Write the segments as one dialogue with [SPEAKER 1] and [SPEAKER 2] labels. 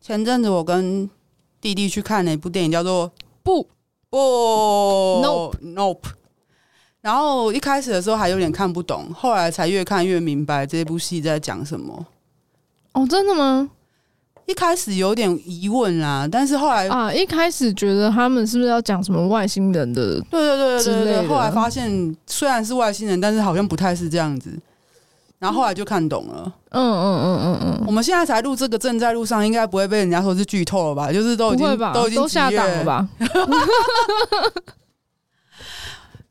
[SPEAKER 1] 前阵子我跟弟弟去看了一部电影，叫做
[SPEAKER 2] 不，
[SPEAKER 1] 不 Nope，然后一开始的时候还有点看不懂，后来才越看越明白这部戏在讲什么。
[SPEAKER 2] 哦，真的吗？
[SPEAKER 1] 一开始有点疑问啦，但是后来，
[SPEAKER 2] 啊，一开始觉得他们是不是要讲什么外星人的？
[SPEAKER 1] 对对对对对
[SPEAKER 2] 之类
[SPEAKER 1] 对，
[SPEAKER 2] 的
[SPEAKER 1] 后来发现虽然是外星人，但是好像不太是这样子。然后后来就看懂了。
[SPEAKER 2] 嗯嗯嗯嗯嗯，
[SPEAKER 1] 我们现在才录这个，正在路上，应该不会被人家说是剧透了吧？就是都已
[SPEAKER 2] 不会
[SPEAKER 1] 经
[SPEAKER 2] 吧？
[SPEAKER 1] 都已经
[SPEAKER 2] 下
[SPEAKER 1] 几
[SPEAKER 2] 档
[SPEAKER 1] 月
[SPEAKER 2] 了吧？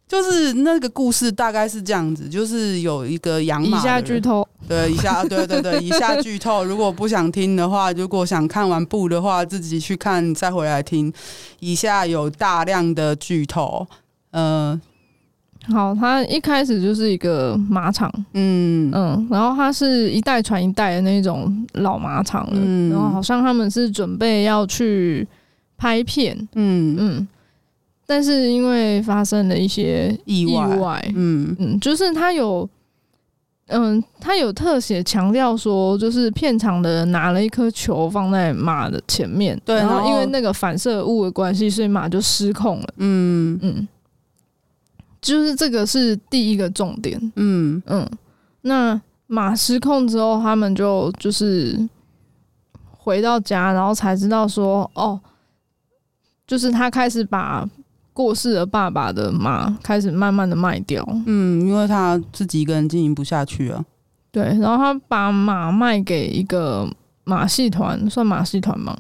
[SPEAKER 1] 就是那个故事大概是这样子，就是有一个养
[SPEAKER 2] 以
[SPEAKER 1] 马的
[SPEAKER 2] 下
[SPEAKER 1] 人，
[SPEAKER 2] 剧透，
[SPEAKER 1] 对，以下对对对，以下剧透。如果不想听的话，如果想看完部的话，自己去看再回来听。以下有大量的剧透，呃，
[SPEAKER 2] 好，他一开始就是一个马场，
[SPEAKER 1] 嗯，
[SPEAKER 2] 嗯，然后它是一代传一代的那种老马场了，
[SPEAKER 1] 嗯
[SPEAKER 2] 然后好像他们是准备要去拍片，
[SPEAKER 1] 嗯，
[SPEAKER 2] 嗯，但是因为发生了一些
[SPEAKER 1] 意
[SPEAKER 2] 意
[SPEAKER 1] 外，
[SPEAKER 2] 外
[SPEAKER 1] 嗯
[SPEAKER 2] 嗯，就是他有，嗯，他有特写强调说，就是片场的人拿了一颗球放在马的前面，
[SPEAKER 1] 对
[SPEAKER 2] 然
[SPEAKER 1] 然
[SPEAKER 2] 后
[SPEAKER 1] 后
[SPEAKER 2] 因为那个反射物的关系，所以马就失控了，
[SPEAKER 1] 嗯
[SPEAKER 2] 嗯，就是这个是第一个重点，
[SPEAKER 1] 嗯
[SPEAKER 2] 嗯，那马失控之后，他们就就是回到家，然后才知道说，哦，就是他开始把过世的爸爸的马开始慢慢的卖掉，
[SPEAKER 1] 嗯，因为他自己一个人经营不下去啊，
[SPEAKER 2] 对，然后他把马卖给一个马戏团，算马戏团吗？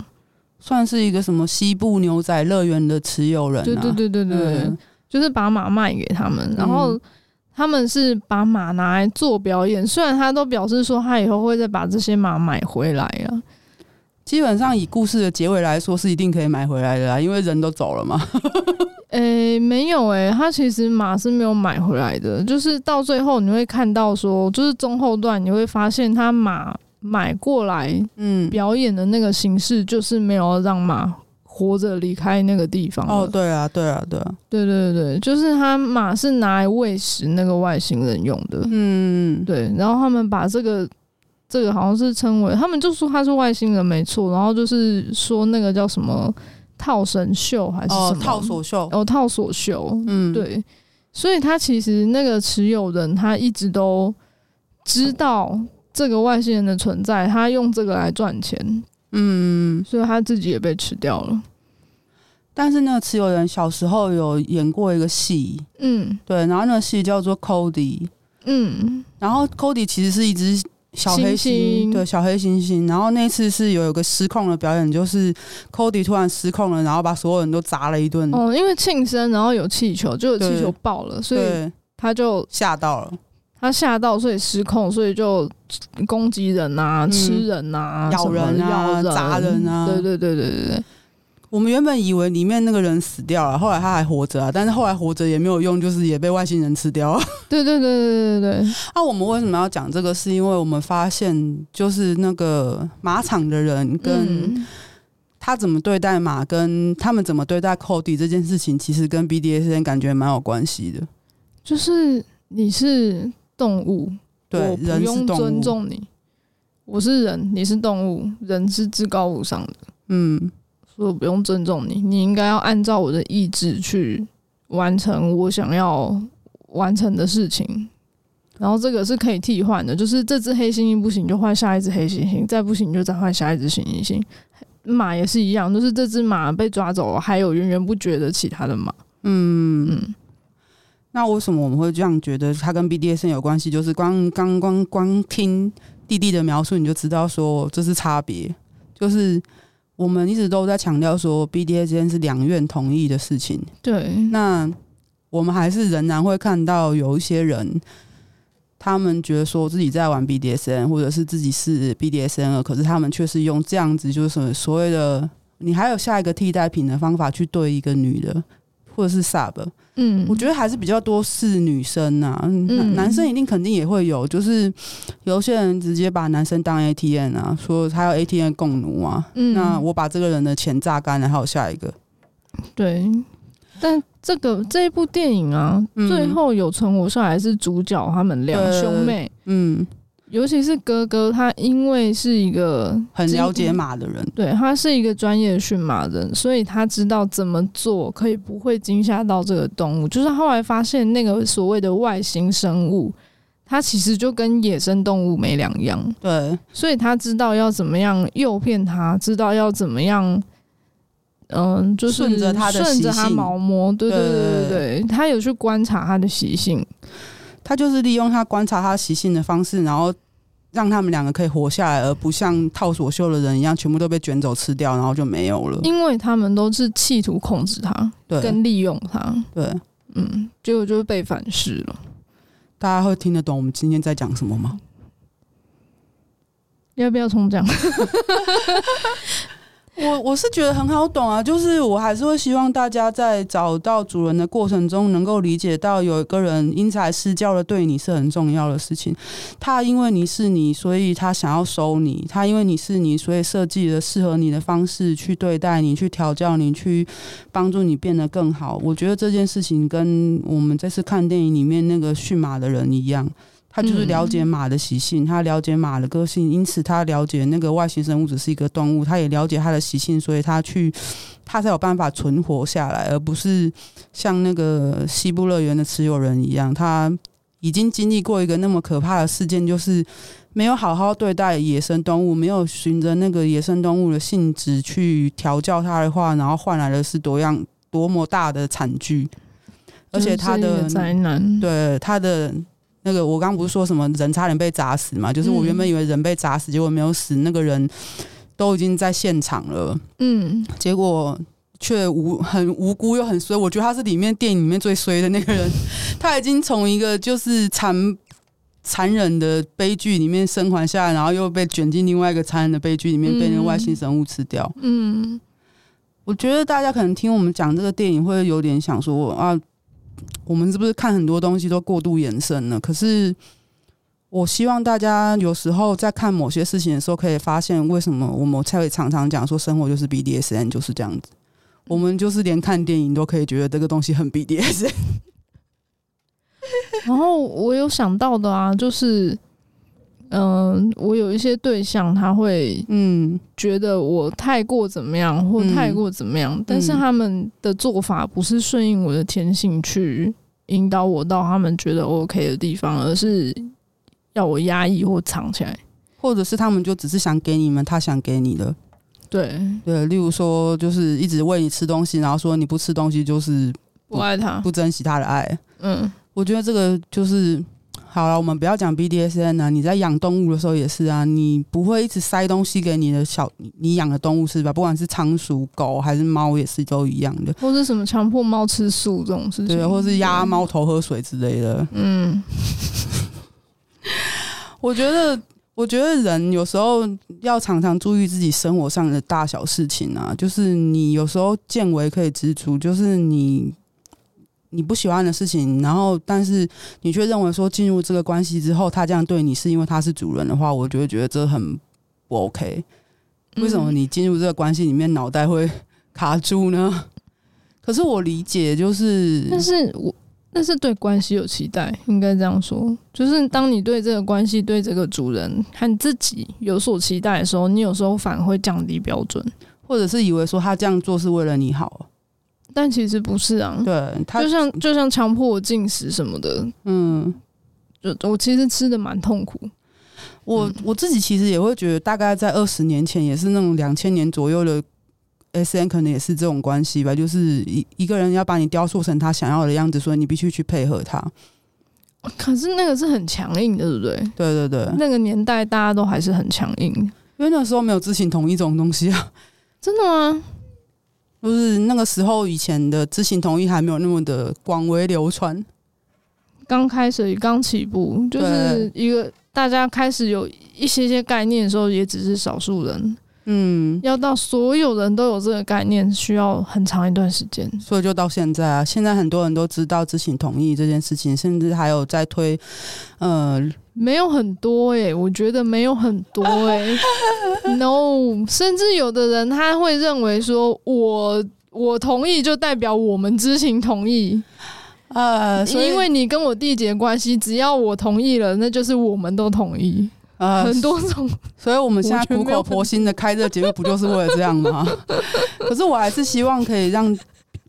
[SPEAKER 1] 算是一个什么西部牛仔乐园的持有人、啊，
[SPEAKER 2] 对对对对对，对
[SPEAKER 1] 嗯
[SPEAKER 2] 就是把马卖给他们，然后他们是把马拿来做表演，虽然他都表示说他以后会再把这些马买回来啊，
[SPEAKER 1] 基本上以故事的结尾来说，是一定可以买回来的啦，因为人都走了嘛。
[SPEAKER 2] 诶、没有诶、他其实马是没有买回来的，就是到最后你会看到说，就是中后段你会发现他马买过来
[SPEAKER 1] 嗯，
[SPEAKER 2] 表演的那个形式，就是没有让马活着离开那个地方。
[SPEAKER 1] 哦，，对啊，对啊，对啊，
[SPEAKER 2] 对对对，就是他马是拿来喂食那个外星人用的，
[SPEAKER 1] 嗯，
[SPEAKER 2] 对，然后他们把这个这个好像是称为，他们就说他是外星人没错，然后就是说那个叫什么套绳袖还是什
[SPEAKER 1] 哦，
[SPEAKER 2] 么、
[SPEAKER 1] 套索秀，
[SPEAKER 2] 哦套索袖，
[SPEAKER 1] 嗯，，
[SPEAKER 2] 对，所以他其实那个持有人他一直都知道这个外星人的存在，他用这个来赚钱，
[SPEAKER 1] 嗯，
[SPEAKER 2] 所以他自己也被吃掉了。
[SPEAKER 1] 但是那个持有人小时候有演过一个戏，
[SPEAKER 2] 嗯
[SPEAKER 1] 对，然后那个戏叫做 Cody，
[SPEAKER 2] 嗯，
[SPEAKER 1] 然后 Cody 其实是一只小黑
[SPEAKER 2] 猩
[SPEAKER 1] 猩，
[SPEAKER 2] 猩
[SPEAKER 1] 对，小黑猩猩。然后那次是有一个失控的表演，就是 Cody 突然失控了，然后把所有人都砸了一顿，
[SPEAKER 2] 哦，因为庆生，然后有气球，就有气
[SPEAKER 1] 嗯对
[SPEAKER 2] 球爆了，所以
[SPEAKER 1] 对，
[SPEAKER 2] 他就
[SPEAKER 1] 吓到了，
[SPEAKER 2] 他吓到，所以失控，所以就攻击人啊、
[SPEAKER 1] 嗯
[SPEAKER 2] 吃人啊、
[SPEAKER 1] 咬
[SPEAKER 2] 什么
[SPEAKER 1] 人啊
[SPEAKER 2] 咬人
[SPEAKER 1] 砸人啊
[SPEAKER 2] 对对对对对对，
[SPEAKER 1] 我们原本以为里面那个人死掉了，后来他还活着啊，但是后来活着也没有用，就是也被外星人吃掉了。
[SPEAKER 2] 对对对对对对对，
[SPEAKER 1] 那、啊我们为什么要讲这个？是因为我们发现，就是那个马场的人跟
[SPEAKER 2] 嗯
[SPEAKER 1] 他怎么对待马，跟他们怎么对待 Cody 这件事情，其实跟 BDSN 感觉蛮有关系的。
[SPEAKER 2] 就是你是动物，
[SPEAKER 1] 对，
[SPEAKER 2] 我不
[SPEAKER 1] 人是
[SPEAKER 2] 用
[SPEAKER 1] 动
[SPEAKER 2] 尊
[SPEAKER 1] 物，
[SPEAKER 2] 重你，我是人，你是动物，人是至高无上的，
[SPEAKER 1] 嗯
[SPEAKER 2] 所以我不用尊重你，你应该要按照我的意志去完成我想要完成的事情。然后这个是可以替换的，就是这只黑猩猩不行就换下一只黑猩猩，再不行就再换下一只猩猩。马也是一样，就是这只马被抓走了，还有源源不绝的其他的马。
[SPEAKER 1] 嗯。
[SPEAKER 2] 嗯，
[SPEAKER 1] 那为什么我们会这样觉得他跟 BDSN 有关系？就是光刚光光听弟弟的描述，你就知道说这是差别，就是。我们一直都在强调说，BDSN 是两院同意的事情，
[SPEAKER 2] 对，
[SPEAKER 1] 那我们还是仍然会看到有一些人，他们觉得说自己在玩 BDSN，或者是自己是 BDSN 了，可是他们却是用这样子，就是什么所谓的你还有下一个替代品的方法去对一个女的。或者是 sub，
[SPEAKER 2] 嗯，
[SPEAKER 1] 我觉得还是比较多是女生呐、啊，
[SPEAKER 2] 嗯
[SPEAKER 1] 男男生一定肯定也会有，就是有些人直接把男生当 ATN 啊，说他要 ATN 共奴啊，
[SPEAKER 2] 嗯
[SPEAKER 1] 那我把这个人的钱榨干了，还有下一个，
[SPEAKER 2] 对，但这个这一部电影啊，
[SPEAKER 1] 嗯
[SPEAKER 2] 最后有存活下来是主角他们两
[SPEAKER 1] 对
[SPEAKER 2] 兄妹，
[SPEAKER 1] 嗯，
[SPEAKER 2] 尤其是哥哥，他因为是一个
[SPEAKER 1] 很了解
[SPEAKER 2] 经
[SPEAKER 1] 马的人，
[SPEAKER 2] 对他是一个专业驯马人，所以他知道怎么做可以不会惊吓到这个动物。就是后来发现那个所谓的外星生物，它其实就跟野生动物没两样，
[SPEAKER 1] 对，
[SPEAKER 2] 所以他知道要怎么样诱骗它，知道要怎么样。嗯，就是
[SPEAKER 1] 顺着它的习
[SPEAKER 2] 顺
[SPEAKER 1] 性
[SPEAKER 2] 着它毛摸，对对对
[SPEAKER 1] 对
[SPEAKER 2] 对对，他有去观察它的习性，
[SPEAKER 1] 他就是利用他观察他习性的方式，然后让他们两个可以活下来，而不像套索秀的人一样，全部都被卷走吃掉，然后就没有了。
[SPEAKER 2] 因为他们都是企图控制它
[SPEAKER 1] 对
[SPEAKER 2] 跟利用它，
[SPEAKER 1] 对，
[SPEAKER 2] 嗯，结果就是被反噬了。
[SPEAKER 1] 大家会听得懂我们今天在讲什么吗？
[SPEAKER 2] 要不要重讲？
[SPEAKER 1] 我我是觉得很好懂啊，就是我还是会希望大家在找到主人的过程中，能够理解到有一个人因材施教的对你是很重要的事情。他因为你是你，所以他想要收你；他因为你是你，所以设计了适合你的方式去对待你、去调教你、去帮助你变得更好。我觉得这件事情跟我们这次看电影里面那个驯马的人一样。他就是了解马的习性，他了解马的个性，因此他了解那个外星生物只是一个动物，他也了解它的习性，所以他去他才有办法存活下来，而不是像那个西部乐园的持有人一样，他已经经历过一个那么可怕的事件，就是没有好好对待野生动物，没有循着那个野生动物的性质去调教它的话，然后换来的是多样多么大的惨剧，而且它
[SPEAKER 2] 就是一
[SPEAKER 1] 的
[SPEAKER 2] 个灾难，
[SPEAKER 1] 对他的那个，我刚不是说什么人差点被砸死嘛？就是我
[SPEAKER 2] 嗯
[SPEAKER 1] 原本以为人被砸死，结果没有死，那个人都已经在现场了，
[SPEAKER 2] 嗯，
[SPEAKER 1] 结果却无很无辜又很衰。我觉得他是里面电影里面最衰的那个人，他已经从一个就是残。残忍的悲剧里面生还下来，然后又被卷进另外一个残忍的悲剧里面，被那个
[SPEAKER 2] 嗯
[SPEAKER 1] 外星生物吃掉。
[SPEAKER 2] 嗯，
[SPEAKER 1] 我觉得大家可能听我们讲这个电影，会有点想说啊，我们是不是看很多东西都过度延伸了？可是我希望大家有时候在看某些事情的时候，可以发现为什么我们才会常常讲说生活就是 BDSN 就是这样子。我们就是连看电影都可以觉得这个东西很 BDSN。
[SPEAKER 2] 然后我有想到的啊，就是，嗯、我有一些对象他会
[SPEAKER 1] 嗯，
[SPEAKER 2] 觉得我太过怎么样或
[SPEAKER 1] 嗯
[SPEAKER 2] 太过怎么样，但是他们的做法不是顺应我的天性去引导我到他们觉得 OK 的地方，而是要我压抑或藏起来。
[SPEAKER 1] 或者是他们就只是想给你们他想给你的，
[SPEAKER 2] 对，
[SPEAKER 1] 对，例如说就是一直喂你吃东西，然后说你不吃东西就是
[SPEAKER 2] 不爱他，
[SPEAKER 1] 不珍惜他的爱。
[SPEAKER 2] 嗯，
[SPEAKER 1] 我觉得这个就是好了，我们不要讲 BDSN 啊，你在养动物的时候也是啊，你不会一直塞东西给你的小你你养的动物是吧？不管是仓鼠、狗还是猫，也是都一样的，
[SPEAKER 2] 或是什么强迫猫吃素这种事情，
[SPEAKER 1] 对，或是压猫头喝水之类的。
[SPEAKER 2] 嗯，
[SPEAKER 1] 我觉得，我觉得人有时候要常常注意自己生活上的大小事情啊，就是你有时候见微可以知足，就是你。你不喜欢的事情，然后但是你却认为说进入这个关系之后，他这样对你是因为他是主人的话，我就会觉得这很不 OK。为什么你进入这个关系里面脑袋会卡住呢？ 可是我理解，就是
[SPEAKER 2] 但是我但是对关系有期待，应该这样说，就是当你对这个关系、对这个主人和自己有所期待的时候，你有时候反而会降低标准，
[SPEAKER 1] 或者是以为说他这样做是为了你好，
[SPEAKER 2] 但其实不是啊。
[SPEAKER 1] 对他
[SPEAKER 2] 就像就像强迫我进食什么的，
[SPEAKER 1] 嗯，
[SPEAKER 2] 就我其实吃的蛮痛苦。
[SPEAKER 1] 我我自己其实也会觉得，大概在二十年前，也是那种两千年左右的 S N，可能也是这种关系吧，就是一一个人要把你雕塑成他想要的样子，所以你必须去配合他。
[SPEAKER 2] 可是那个是很强硬的，对不对？
[SPEAKER 1] 对对对，
[SPEAKER 2] 那个年代大家都还是很强硬，
[SPEAKER 1] 因为那时候没有知情同意这种东西啊，
[SPEAKER 2] 真的吗？
[SPEAKER 1] 就是那个时候以前的知情同意还没有那么的广为流传。
[SPEAKER 2] 刚开始刚起步，就是一个大家开始有一些些概念的时候，也只是少数人。
[SPEAKER 1] 嗯，
[SPEAKER 2] 要到所有人都有这个概念，需要很长一段时间。
[SPEAKER 1] 所以就到现在啊，现在很多人都知道知情同意这件事情，甚至还有在推，呃，
[SPEAKER 2] 没有很多诶、我觉得没有很多诶、no，甚 至有的人他会认为说我。我同意就代表我们知情同意，
[SPEAKER 1] 呃，所以
[SPEAKER 2] 因为你跟我缔结关系，只要我同意了，那就是我们都同意。
[SPEAKER 1] 呃，
[SPEAKER 2] 很多种，
[SPEAKER 1] 所以我们现在
[SPEAKER 2] 我觉得
[SPEAKER 1] 苦
[SPEAKER 2] 没有
[SPEAKER 1] 口婆心的开这个节目，不就是为了这样吗？可是我还是希望可以让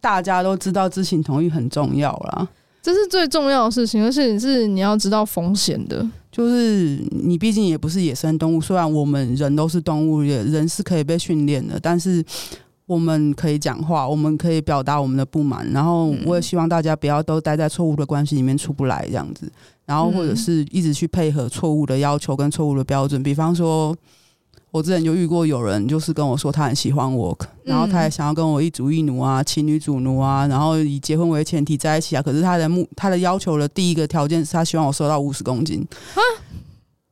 [SPEAKER 1] 大家都知道知情同意很重要啦。
[SPEAKER 2] 这是最重要的事情，而且是你要知道风险的。
[SPEAKER 1] 就是你毕竟也不是野生动物，虽然我们人都是动物，也人是可以被训练的，但是我们可以讲话，我们可以表达我们的不满。然后我也希望大家不要都待在错误的关系里面出不来这样子，然后或者是一直去配合错误的要求跟错误的标准。比方说，我之前就遇过有人就是跟我说他很喜欢我，然后他
[SPEAKER 2] 嗯
[SPEAKER 1] 也想要跟我一主一奴啊，情侣主奴啊，然后以结婚为前提在一起啊。可是他的目他的要求的第一个条件是他希望我瘦到五十公斤。
[SPEAKER 2] 啊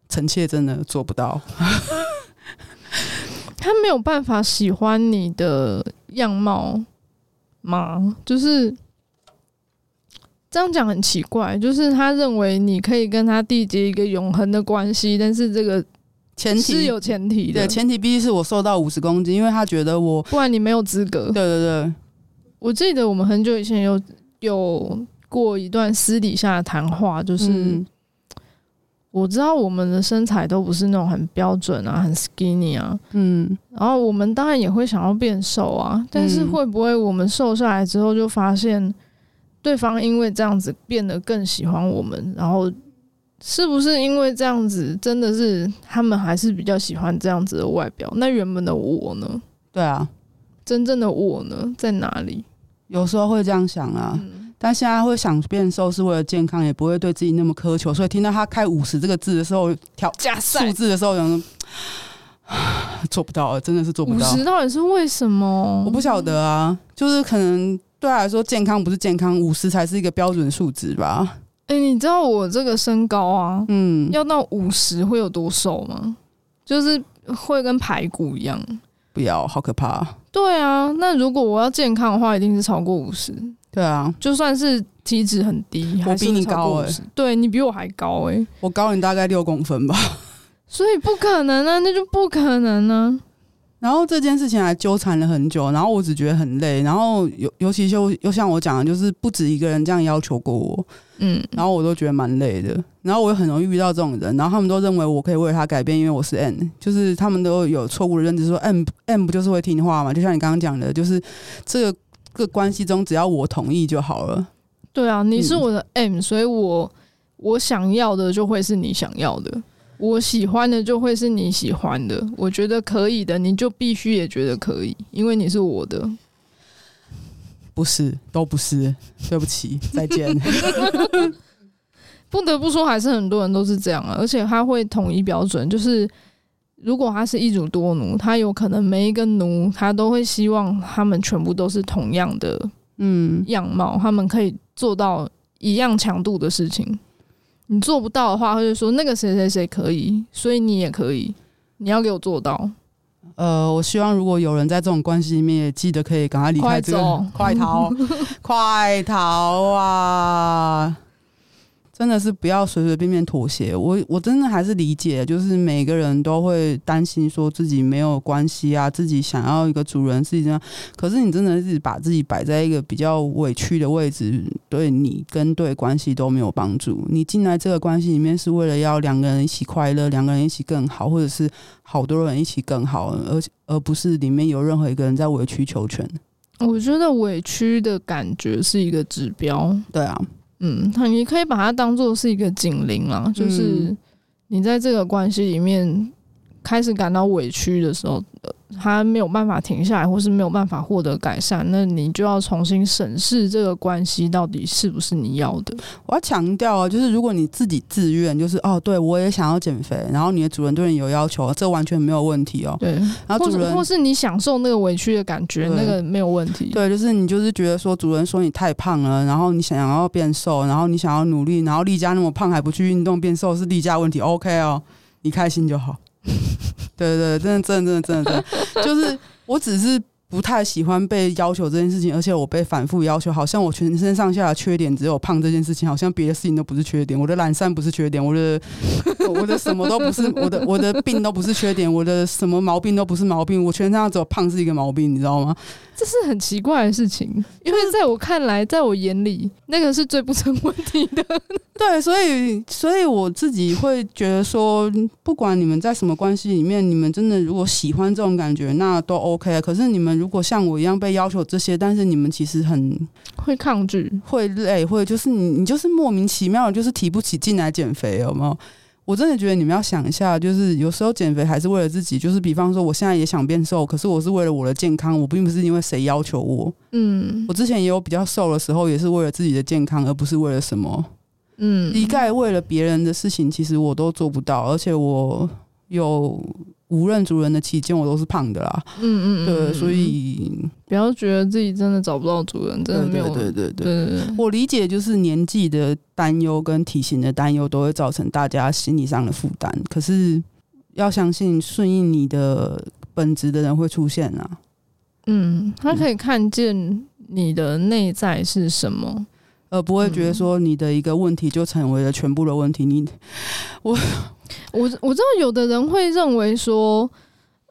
[SPEAKER 1] 臣妾真的做不到，
[SPEAKER 2] 他没有办法喜欢你的样貌吗？就是这样讲很奇怪，就是他认为你可以跟他缔结一个永恒的关系，但是这个
[SPEAKER 1] 前
[SPEAKER 2] 是
[SPEAKER 1] 提
[SPEAKER 2] 有前提的
[SPEAKER 1] 对，前提必须是我瘦到五十公斤，因为他觉得我
[SPEAKER 2] 不然你没有资格
[SPEAKER 1] 对。对对，
[SPEAKER 2] 我记得我们很久以前有有过一段私底下的谈话，就是。
[SPEAKER 1] 嗯
[SPEAKER 2] 我知道我们的身材都不是那种很标准啊，很 skinny 啊，
[SPEAKER 1] 嗯，
[SPEAKER 2] 然后我们当然也会想要变瘦啊，但是
[SPEAKER 1] 嗯
[SPEAKER 2] 会不会我们瘦下来之后就发现，对方因为这样子变得更喜欢我们，然后是不是因为这样子真的是他们还是比较喜欢这样子的外表？那原本的我呢？
[SPEAKER 1] 对啊，
[SPEAKER 2] 真正的我呢，在哪里？
[SPEAKER 1] 有时候会这样想啊，
[SPEAKER 2] 嗯
[SPEAKER 1] 但现在会想变瘦是为了健康，也不会对自己那么苛求，所以听到他开五十这个字的时候，调
[SPEAKER 2] 加
[SPEAKER 1] 数字的时候，有人 做不到，真的是做不
[SPEAKER 2] 五
[SPEAKER 1] 到，
[SPEAKER 2] 十到底是为什么？
[SPEAKER 1] 我不晓得啊，就是可能对他来说健康不是健康，五十才是一个标准数值吧，
[SPEAKER 2] 哎、你知道我这个身高啊，
[SPEAKER 1] 嗯，
[SPEAKER 2] 要到五十会有多瘦吗？就是会跟排骨一样。
[SPEAKER 1] 不要，好可怕啊、
[SPEAKER 2] 对啊，那如果我要健康的话，一定是超过五十，
[SPEAKER 1] 对啊，
[SPEAKER 2] 就算是体脂很低，
[SPEAKER 1] 我
[SPEAKER 2] 还是
[SPEAKER 1] 比你
[SPEAKER 2] 超过
[SPEAKER 1] 高欸
[SPEAKER 2] 50对你比我还高哎、
[SPEAKER 1] 我高你大概六公分吧。
[SPEAKER 2] 所以不可能啊，那就不可能啊。
[SPEAKER 1] 然后这件事情还纠缠了很久，然后我只觉得很累，然后尤尤其就又像我讲的，就是不止一个人这样要求过我，
[SPEAKER 2] 嗯，
[SPEAKER 1] 然后我都觉得蛮累的，然后我也很容易遇到这种人，然后他们都认为我可以为了他改变，因为我是 N，就是他们都有错误的认知，说 N N 不就是会听话嘛？就像你刚刚讲的，就是这个这个关系中只要我同意就好了，
[SPEAKER 2] 对啊，你是
[SPEAKER 1] 嗯
[SPEAKER 2] 我的 M，、所以我我想要的就会是你想要的，我喜欢的就会是你喜欢的，我觉得可以的，你就必须也觉得可以，因为你是我的。
[SPEAKER 1] 不是，都不是，对不起，再见。
[SPEAKER 2] 不得不说，还是很多人都是这样啊，而且他会统一标准，就是如果他是一主多奴，他有可能每一个奴他都会希望他们全部都是同样的
[SPEAKER 1] 嗯，
[SPEAKER 2] 样貌，他们可以做到一样强度的事情。你做不到的话，他就说那个谁谁谁可以，所以你也可以，你要给我做到。
[SPEAKER 1] 呃，我希望如果有人在这种关系里面，也记得可以赶快离开这个，快逃，快逃啊！真的是不要随随便便妥协。我我真的还是理解，就是每个人都会担心说自己没有关系啊，自己想要一个主人自己这样。可是你真的是把自己摆在一个比较委屈的位置，对你跟对关系都没有帮助。你进来这个关系里面是为了要两个人一起快乐，两个人一起更好，或者是好多人一起更好，而而不是里面有任何一个人在委曲求全。
[SPEAKER 2] 我觉得委屈的感觉是一个指标，
[SPEAKER 1] 对啊，
[SPEAKER 2] 嗯，它你可以把它当做是一个警铃啦，就是
[SPEAKER 1] 嗯
[SPEAKER 2] 你在这个关系里面开始感到委屈的时候，呃它没有办法停下来，或是没有办法获得改善，那你就要重新审视这个关系到底是不是你要的。
[SPEAKER 1] 我要强调啊，就是如果你自己自愿，就是哦，对我也想要减肥，然后你的主人对你有要求，这完全没有问题哦。
[SPEAKER 2] 对，
[SPEAKER 1] 然后
[SPEAKER 2] 或
[SPEAKER 1] 主
[SPEAKER 2] 者
[SPEAKER 1] 人
[SPEAKER 2] 或是你享受那个委屈的感觉，
[SPEAKER 1] 对
[SPEAKER 2] 那个没有问题。
[SPEAKER 1] 对，就是你就是觉得说主人说你太胖了，然后你想要变瘦，然后你想要努力，然后丽佳那么胖还不去运动变瘦是丽佳问题，OK 哦，你开心就好。 对对对，真的真的真的真的，就是我只是不太喜欢被要求这件事情，而且我被反复要求，好像我全身上下的缺点只有胖这件事情，好像别的事情都不是缺点，我的懒散不是缺点，我的 我的什么都不是，我的我的病都不是缺点，我的什么毛病都不是毛病，我全身上下只有胖是一个毛病，你知道吗？
[SPEAKER 2] 这是很奇怪的事情，因为在我看来，在我眼里，那个是最不成问题的。
[SPEAKER 1] 对，所以所以我自己会觉得说，不管你们在什么关系里面，你们真的如果喜欢这种感觉，那都 OK。可是你们如果像我一样被要求这些，但是你们其实很
[SPEAKER 2] 会抗拒，
[SPEAKER 1] 会累，会就是你你就是莫名其妙，就是提不起劲来减肥，有没有？我真的觉得你们要想一下，就是有时候减肥还是为了自己，就是比方说我现在也想变瘦，可是我是为了我的健康，我并不是因为谁要求我。
[SPEAKER 2] 嗯
[SPEAKER 1] 我之前也有比较瘦的时候，也是为了自己的健康，而不是为了什么。
[SPEAKER 2] 嗯，
[SPEAKER 1] 一概为了别人的事情，其实我都做不到，而且我有无认族人的期间，我都是胖的啦。
[SPEAKER 2] 嗯嗯嗯，
[SPEAKER 1] 对，
[SPEAKER 2] 嗯
[SPEAKER 1] 所以
[SPEAKER 2] 不要觉得自己真的找不到主人，真的
[SPEAKER 1] 对
[SPEAKER 2] 没有
[SPEAKER 1] 对对对对，
[SPEAKER 2] 对对对
[SPEAKER 1] 我理解就是年纪的担忧跟体型的担忧都会造成大家心理上的负担，可是要相信顺应你的本质的人会出现啊。
[SPEAKER 2] 嗯，他可以看见你的内在是什么，
[SPEAKER 1] 而不会觉
[SPEAKER 2] 嗯
[SPEAKER 1] 得说你的一个问题就成为了全部的问题，你
[SPEAKER 2] 我我知道有的人会认为说，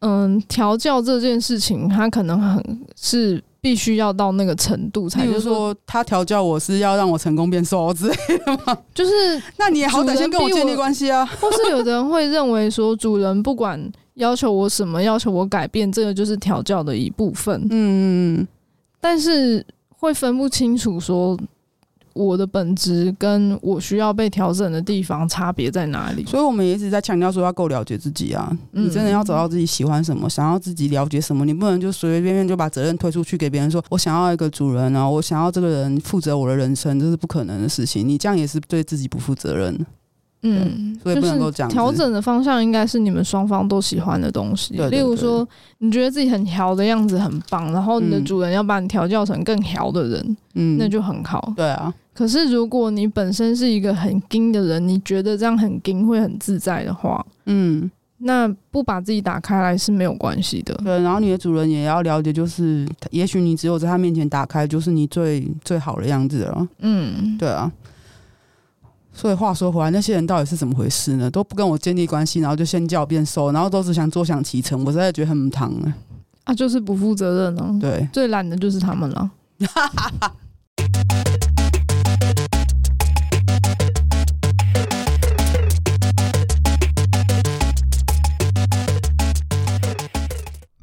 [SPEAKER 2] 嗯，调教这件事情，他可能很是必须要到那个程度才，
[SPEAKER 1] 例
[SPEAKER 2] 就
[SPEAKER 1] 如
[SPEAKER 2] 是说，
[SPEAKER 1] 说他调教我是要让我成功变瘦之类，
[SPEAKER 2] 就是
[SPEAKER 1] 那你也好歹先跟我建立关系啊。
[SPEAKER 2] 或是有的人会认为说，主人不管要求我什么，要求我改变，这个就是调教的一部分，
[SPEAKER 1] 嗯嗯嗯，
[SPEAKER 2] 但是会分不清楚说。我的本质跟我需要被调整的地方差别在哪里？
[SPEAKER 1] 所以我们也一直在强调说要够了解自己啊，
[SPEAKER 2] 嗯
[SPEAKER 1] 你真的要找到自己喜欢什么，想要自己了解什么，你不能就随随便便就把责任推出去给别人说，我想要一个主人啊，我想要这个人负责我的人生，这是不可能的事情，你这样也是对自己不负责任。
[SPEAKER 2] 嗯，
[SPEAKER 1] 所以
[SPEAKER 2] 就
[SPEAKER 1] 不
[SPEAKER 2] 是
[SPEAKER 1] 能够这样子
[SPEAKER 2] 调整的方向应该是你们双方都喜欢的东西。
[SPEAKER 1] 对对
[SPEAKER 2] 例如
[SPEAKER 1] 对
[SPEAKER 2] 说，你觉得自己很调的样子很棒，然后你的
[SPEAKER 1] 嗯
[SPEAKER 2] 主人要把你调教成更调的人，
[SPEAKER 1] 嗯，
[SPEAKER 2] 那就很好。
[SPEAKER 1] 对啊，
[SPEAKER 2] 可是如果你本身是一个很硬的人，你觉得这样很硬会很自在的话，
[SPEAKER 1] 嗯，
[SPEAKER 2] 那不把自己打开来是没有关系的。
[SPEAKER 1] 对。然后你的主人也要了解，就是也许你只有在他面前打开，就是你最最好的样子了。
[SPEAKER 2] 嗯，
[SPEAKER 1] 对啊。所以话说回来，那些人到底是怎么回事呢？都不跟我建立关系，然后就先叫我变瘦，然后都只想坐享其成，我实在觉得很疼啊。
[SPEAKER 2] 啊，就是不负责任啊。
[SPEAKER 1] 对，
[SPEAKER 2] 最懒的就是他们了。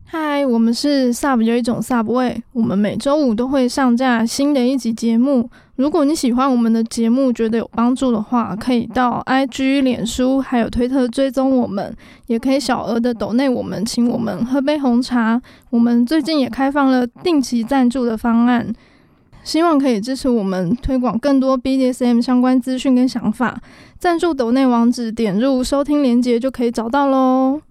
[SPEAKER 2] 嗨，我们是 Sub 有一种 Sub 味，我们每周五都会上架新的一集节目。如果你喜欢我们的节目，觉得有帮助的话，可以到 IG、脸书还有推特追踪我们，也可以小额的抖内我们，请我们喝杯红茶。我们最近也开放了定期赞助的方案，希望可以支持我们推广更多 BDSM 相关资讯跟想法。赞助抖内网址点入收听链接就可以找到喽。